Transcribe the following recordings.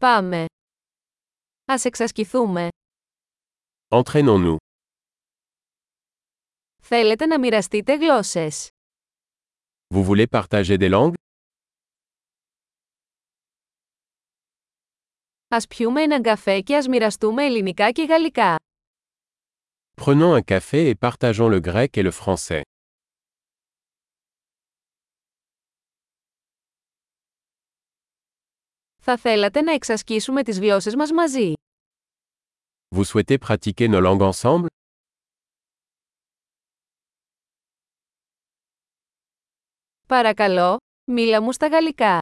Πάμε. Ας εξασκηθούμε. Entraînons-nous. Θέλετε να μοιραστείτε γλώσσες. Vous voulez partager des langues Ας πιούμε έναν καφέ και ας μοιραστούμε ελληνικά και γαλλικά. Prenons un café et partageons le grec et le français. Θα θέλατε να εξασκήσουμε τις γλώσσες μας μαζί. Vous souhaitez pratiquer nos langues ensemble Παρακαλώ, μίλα μου στα γαλλικά.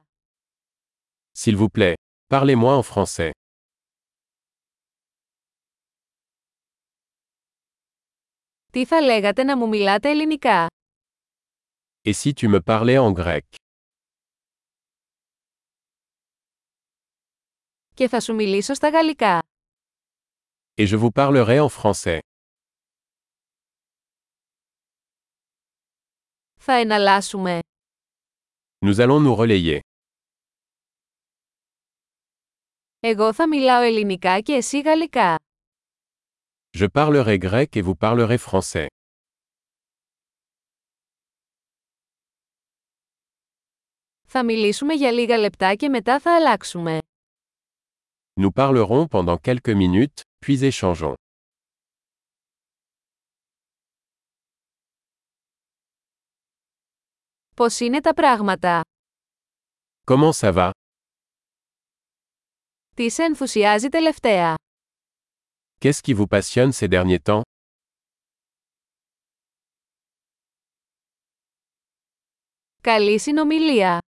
S'il vous plaît, parlez-moi en français. Τι θα λέγατε να μου μιλάτε ελληνικά. Et si tu me parlais en grec Και θα σου μιλήσω στα γαλλικά. Et je vous parlerai en français. Θα εναλλάσσουμε. Nous allons nous relayer. Εγώ θα μιλάω ελληνικά και εσύ γαλλικά. Je parlerai grec et vous parlerez français. Θα μιλήσουμε για λίγα λεπτά και μετά θα αλλάξουμε. Nous parlerons pendant quelques minutes, puis échangeons. Πώς είναι τα πράγματα. Comment ça va Τι σε ενθουσιάζει τελευταία. Qu'est-ce qui vous passionne ces derniers temps Καλή συνομιλία.